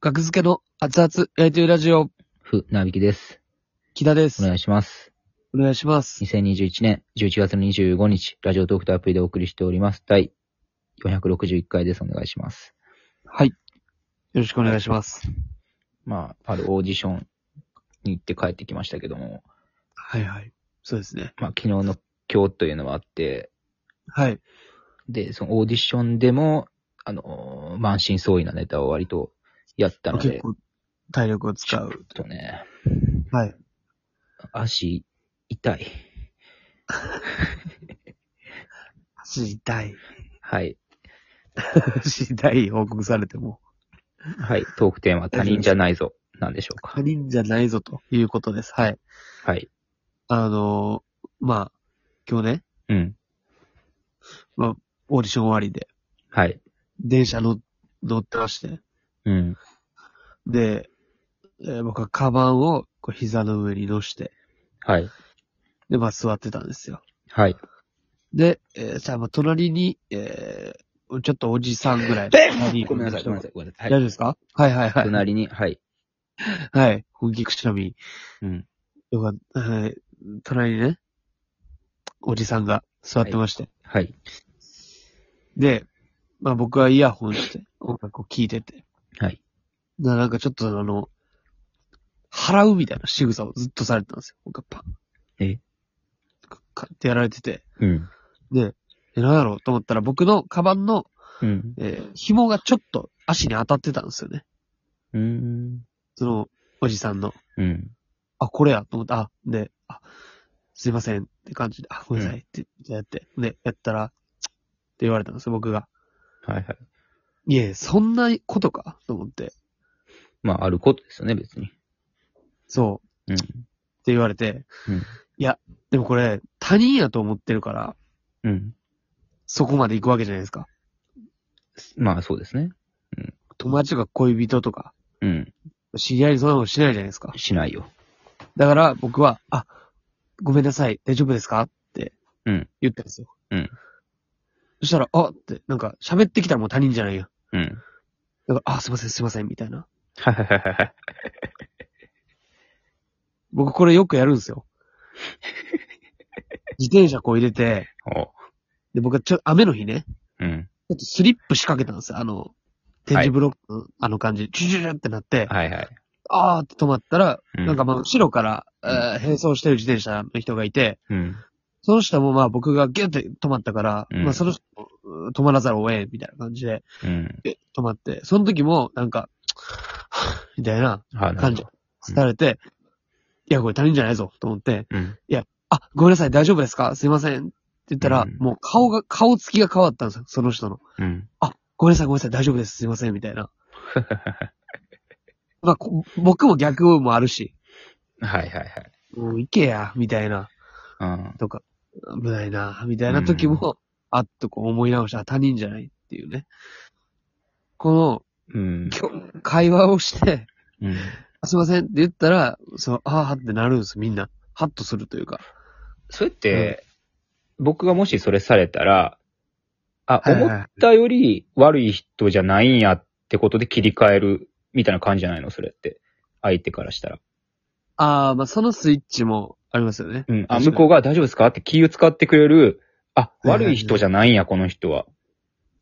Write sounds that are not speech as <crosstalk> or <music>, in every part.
学付けの熱々焼いてるラジオ、ふ、なびきです。木田でおす。願いします。お願いします。 2021年11月の25日、ラジオトークとアプリでお送りしております。第461回です。お願いします。はい。よろしくお願いします。まあ、あるオーディションに行って帰ってきましたけども、はいはい。そうですね。まあ、昨日の今日というのはあって、はい。で、そのオーディションでも、あのー満身創痍なネタを割とやったの結で、構、体力をち使ょっう。とね、はい。足痛い。足痛い。はい。足痛い報告されても、はい。トークテーマ、他人じゃないぞ。なんでしょう他か。人じゃないぞということです。はい。はい。あのーまあ、今日ね、うん。オーディション終わりで、はい。電車乗乗ってまして、うん。で、えー僕はカバンをこう膝の上に乗して、はい。で、まあ座ってたんですよ。はい。で、えー、じゃあ、まあ、隣に、えー、ちょっとおじさんぐらい。ごめんなさい、ごめんなさい。い、ごめんなさ大い。丈は夫い。ですかはいはいはい。隣に、はい。はい。本気くしゃみ。うん。よかった。はい。隣にね、おじさんが座ってまして。はい。で、まあ僕はイヤホンして、音楽を聴いてて。はい。ななんかちょっとあの、払うみたいな仕草をずっとされてたんですよ。僕はパン。えかかってやられてて。うん。で、え、なんやろうと思ったら僕のカバンの、うん。えー紐がちょっと足に当たってたんですよね。うん。その、おじさんの、うん。あ、これや、と思って、あ、で、あ、すいませんって感じで、あ、ごめんなさいって、やって、で、やったら、つって言われたんですよ、僕が。はいはい。いえ、そんなことかと思って、まあ、あることですよね、別に。そう、うん。って言われて、うんでもこれ、他人やと思ってるから、うん。そこまで行くわけじゃないですか。まあ、そうですね。友達とか恋人とか、うん。知り合いにそんなことしないじゃないですか。しないよ。だから、僕は、あ、ごめんなさい、大丈夫ですかって、うん言ったんですよ。うんそしたら、あって、なんか、喋ってきたらもう他人じゃないよ。うん。だから、あ、すいません、すいません、みたいな。はいはいはいはい。僕これよくやるんです <laughs> よ。自転車こう入れて、おで、僕はちょ、雨の日ね、うん。ちょっとスリップ仕掛けたんですよ。あの、点字ブロックの、あの感じ、チュチュチュってなって、はいはい。あーって止まったら、うんなんか、まあ、後ろから、うんえー並走してる自転車の人がいて、うん。その人もまあ僕がギュって止まったから、うんまあその人もうー止まらざるを得ん、みたいな感じで、うん。ギュッと止まって、その時もなんか、 <sighs> みたいなはい。感じ、されて、いや、これ他人じゃないぞ、と思って、うん。あ、ごめんなさい、大丈夫ですかすいません。って言ったら、うんもう顔が、顔つきが変わったんですよ、その人の。うん。あ、ごめんなさい、ごめんなさい、大丈夫です、すいません、みたい <laughs> な。まあ、こ僕も逆もあるし、はいはいはい。もう行けや、みたいな、うん。とか、危ないな、みたいな時も、あっとこう思い直した他人じゃないっていうね。こうんの、。きょ会話をして、うん。あすいませんって言ったら、その、あーってなるんですよ、みんな。ハッとするというか。それって、僕がもしそれされたら、あ、はい思はいっったより悪い人じゃないんやってことで切り替えるみたいな感じじゃないのそれって。相手からしたら。ああ、まあ、そのスイッチもありますよね。うん。あ、確かに向こうが大丈夫ですかって気を使ってくれる、あ、いはいはい悪い人じゃないんや、この人は。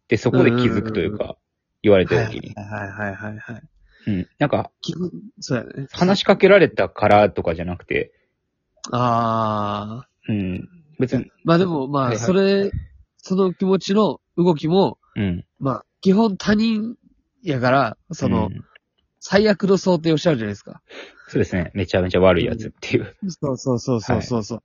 で、そこで気づくというか、言われた時に。はいはいはいはい。うん。なんか、基本、そうやね。話しかけられたからとかじゃなくて、ああ。うん。別に、まあでも、まはいあ、はいそれ、その気持ちの動きも、うん。まあ、基本他人やから、そのう、ん最悪の想定をしちゃうじゃないですか。そうですね。めちゃめちゃ悪いやつっていう。そうそうそうそうそうそう。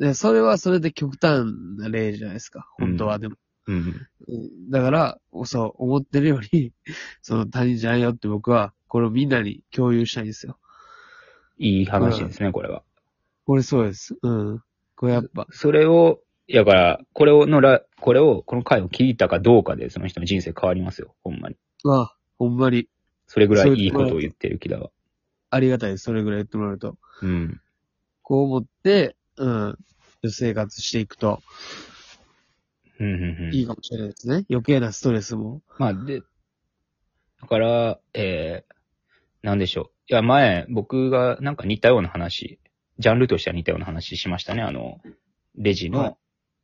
で、それはそれで極端な例じゃないですか。本当はでも。うん。うんだから、そう、思ってるより、 <laughs> その他人じゃないよって僕は、これをみんなに共有したいんですよ。いい話ですね、これは。これそうです。うん。これやっぱ、それを、やから、これをのら、これを、この回を聞いたかどうかで、その人の人生変わりますよ、ほんまに。まあ、ほんまにそれぐらそいういういいことを言ってる木田は。ありがたいです。それぐらい言ってもらえると。うん。こう思って、うん、生活していくとうん、うん、ういん。いかもしれないですね。余計なストレスも。まあ、で、だから、えー、なんでしょう。いや、前、僕がなんか似たような話、ジャンルとしては似たような話しましたね。あの、レジの、はい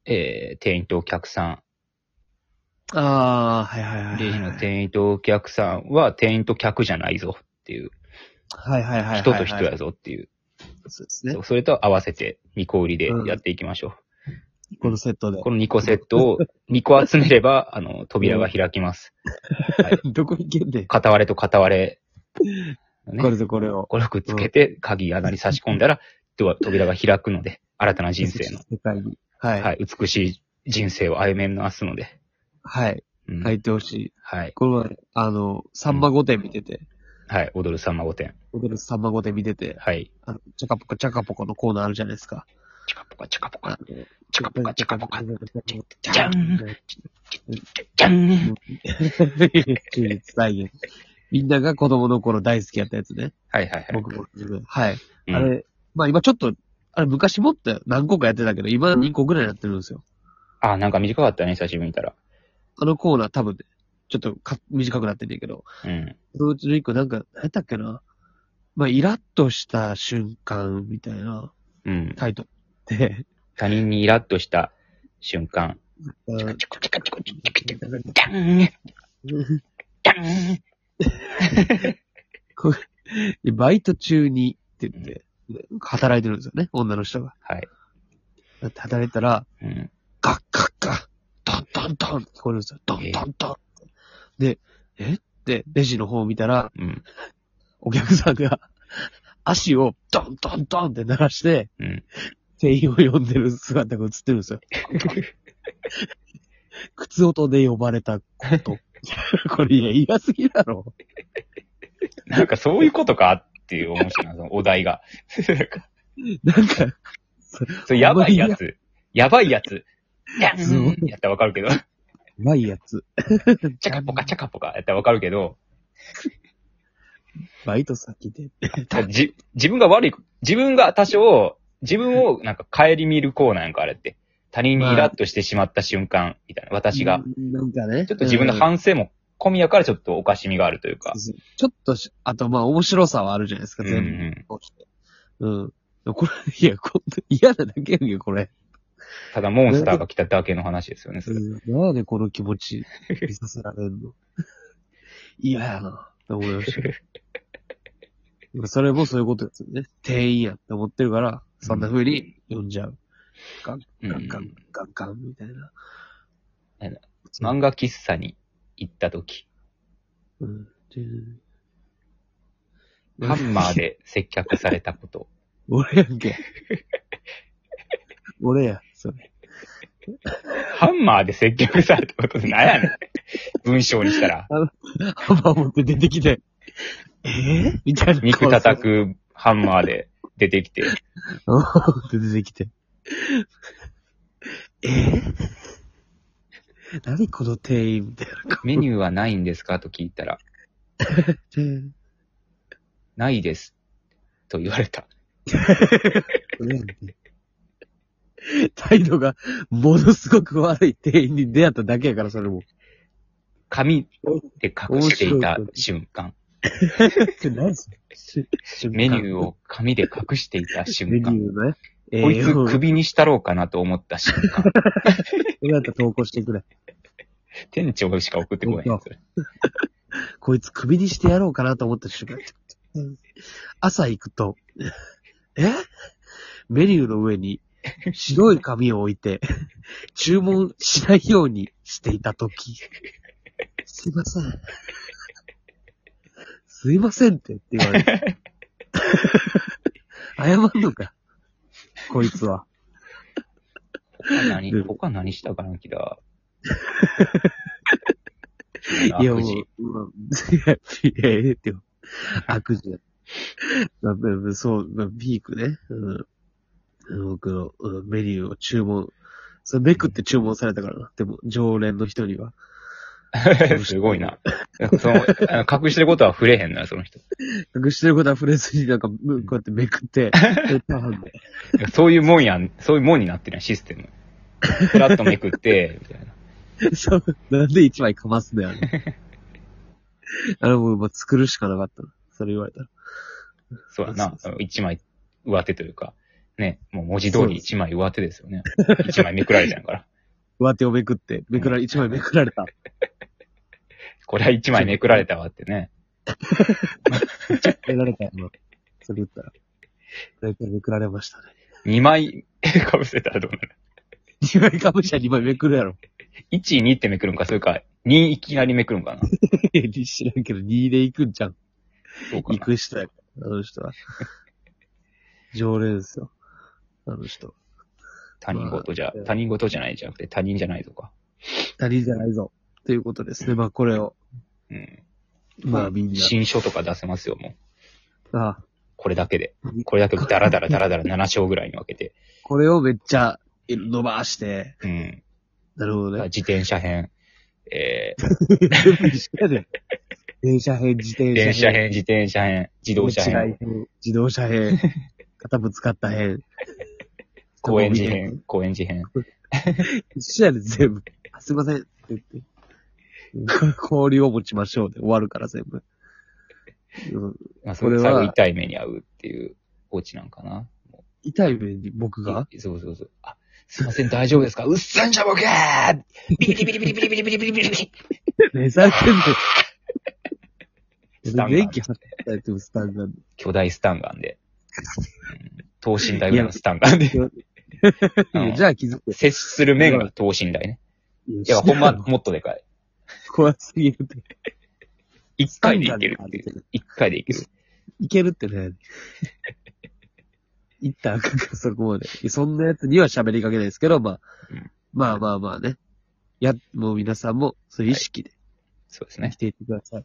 えー、店員とお客さん。ああ、はいはいはいはい。レジの店員とお客さんは店員と客じゃないぞっていう、はいはいはいはいはい。人と人やぞっていう、そうですね。それと合わせて2個売りでやっていきましょこのセットでう。。この2個セットを2個集めれ <laughs> ば、あの、扉が開きます。どこ行けんねん。片割れと片割れ、ねこれとこれを。これをくっつけて、鍵穴に差し込んだら、ドア扉が開くので、新たな人生の、世界に。はい。は。はいい、美しい人生を歩めますので。はい。うん入ってほしい。はい。この前、あの、サンマ御殿見てて、はい。踊るさんま御殿。踊るサンマ御殿見てて、はい。あの、チャカポコチャカポコのコーナーあるじゃないですか。チカポカ、チカポあカ、のチカポカ、チカポカ、じじゃんじゃん忠実再現。みんなが子供の頃大好きやったやつね。はいはいはい。僕も自分。はい。うんあれ、まあ今ちょっと、あれ昔もって何個かやってたけど、今2個ぐらいやってるんですよ。あ、なんか短かったね、久しぶりに見たら。あのコーナー多分ね、ちょっとか短くなってんだけど、うん。そのうちの1個なんか、何やったっけな。まあイラッとした瞬間みたいなうん。タイトルで、他人にイラッとした瞬間。あチのカチカチカチカチカチカチカ。じゃんじゃん <laughs> でバイト中にって言って、働いてるんですよね、女の人が。はい。働いたら、うん。ガッガッガッ、ドンドンドンって聞こえるんですよ。ドンドンドンって。で、えって、レジの方を見たら、うん。お客さんが足をドンドンドンって鳴らして、うん。店員を呼んでる姿が映ってるんです <laughs> よ。靴音で呼ばれたこと。これ、いや、嫌すぎだろ。なんかそういうことかっていう面白いな、そのお題が。なんか、そう、やばいやつ。やばいやつ。じゃんやったらわかるけど。うまいやつ。チャカポカチャカポカやったらわかるけど、バイト先で。じ、自分が悪い、自分が多少、自分をなんか帰り見るコーナーなんかあれって。他人にイラッとしてしまった瞬間、みたいな。私が。うん。なんかね。ちょっと自分のうん反省も込みやからちょっとおかしみがあるというか。ちょっとし、あとまあ面白さはあるじゃないですか、うんう全ん、部通して。うん。これ、いや、こんな嫌なだけやんけ、これ。ただモンスターが来ただけの話ですよね、それ。なんでこの気持ち見させられんの <laughs> 嫌やな、って思いま <laughs> した。でもそれもそういうことですよね。店員やって思ってるから、そんな風に呼んじゃう。ガンうガンガんン、ガンガンみたいな。漫画喫茶に行った時、うん。ハンマーで接客されたこと。 <laughs> 俺やんけ。俺や、それ。 <laughs> ハンマーで接客されたことって何やねん。文章にしたら、ハンマー持って出てきて、えー、みたいな。肉叩。くハンマーで出てきて、 <laughs> って出てきて。えー、 <laughs> 何この店員みたいな顔メニューはないんですかと聞いたら、して。ないです。と言われた。俺やんけ態度がものすごく悪い店員に出会っただけやから、それも。紙で隠していた瞬間。って何それメニュー。を紙で隠していたメ瞬ニ間。ューね。えこいつー、首にしたろうかなと思った瞬 <laughs> 間、 <laughs> どうやったら投稿してくれ。店長しか送ってこないんですよ。こいつ首にしてやろうかなと思った瞬間、朝行くと、えメニューの上に白い紙を置いて、注文しないようにしていたとき、すいません。すいませんってって言われて。謝んのか。こいつは。他何、うん他何したかな、キラ <laughs> いー。や、も悪う、事。うん <laughs> いや、いや、ええってよ。悪事や。 <laughs> まあまあまあそう、まあ、ピークね。うん。僕の、うんメニューを注文。それめくって注文されたからな。でも、常連の人には。 <laughs> すごいな。その、あの隠してることは触れへんな、その人。隠してることは触れずになんか、うんこうやってめく <laughs> って、でターンで。そういうもんやん、そういうもんになってるやん、システム。フラッとめくって、みたいな。そう、 <laughs> なんで一枚かますんだよね。あれもう、まあ、作るしかなかったな。それ言われたら。そうやそうなそう。一枚上手というか、ね、もう文字通り一枚上手ですよね。一枚めくられちゃうから。上手をめくって、めくられ、一枚めくられた。これは一枚めくられたわってね。めくられたの。それ言ったら。めくらめくられましたね。二枚 <laughs> かぶせたらどうなる二枚かぶしゃ二枚めくるやろ。一、二ってめくるんか、それか、二いきなりめくるんかな。知らんけど、二で行くんじゃん。そうか行な。く人やから、あの人は。常連ですよ。あの人。他人事じゃ、他人事じゃないじゃなくて他人じゃないとか。他人じゃないぞ。ということですね。まあ、これを。うん。まあ、みんな。新書とか出せますよ、もう。ああこれだけで。これだけダラダラダラダラ7章ぐらいに分けて。これをめっちゃ伸ばして。うん。なるほど <laughs> ね。自転車編、えー、全部一緒やで。 <laughs> 電車編、自転車編。電車編、自転車編、自動車編、地雷編。自動車編。肩ぶつかった <laughs> 編。公園寺編、公園寺編。一緒やで、全部。あすいません。って言って。 <laughs> 氷を持ちましょうで終わるから、全部。うん、まあ、そこれれは最後痛い目に遭うっていうオチなんかな。も痛い目に僕う <laughs> がいそうそうそう。あ、すいません、大丈夫ですかうっさんじゃボケービリビリビリビリビリビリビリビリビリね、されてんの。スタンガン電気張ったやつもスタンガン。巨大スタンガンで。うん等身大ぐらいのスタンガンで。うんいやじゃあ気づく。接する面が等身大ね。いいや、ほんま、もっとでかい。怖すぎるって。一回でいけるっていう。一回でいける。いけるって <laughs> ね。いったらあかんから、そこまで。そんなやつには喋りかけないですけど、まあ、うんまあまあまあね。や、もう皆さんも、そういう意識でそうです生ねき。ていってください。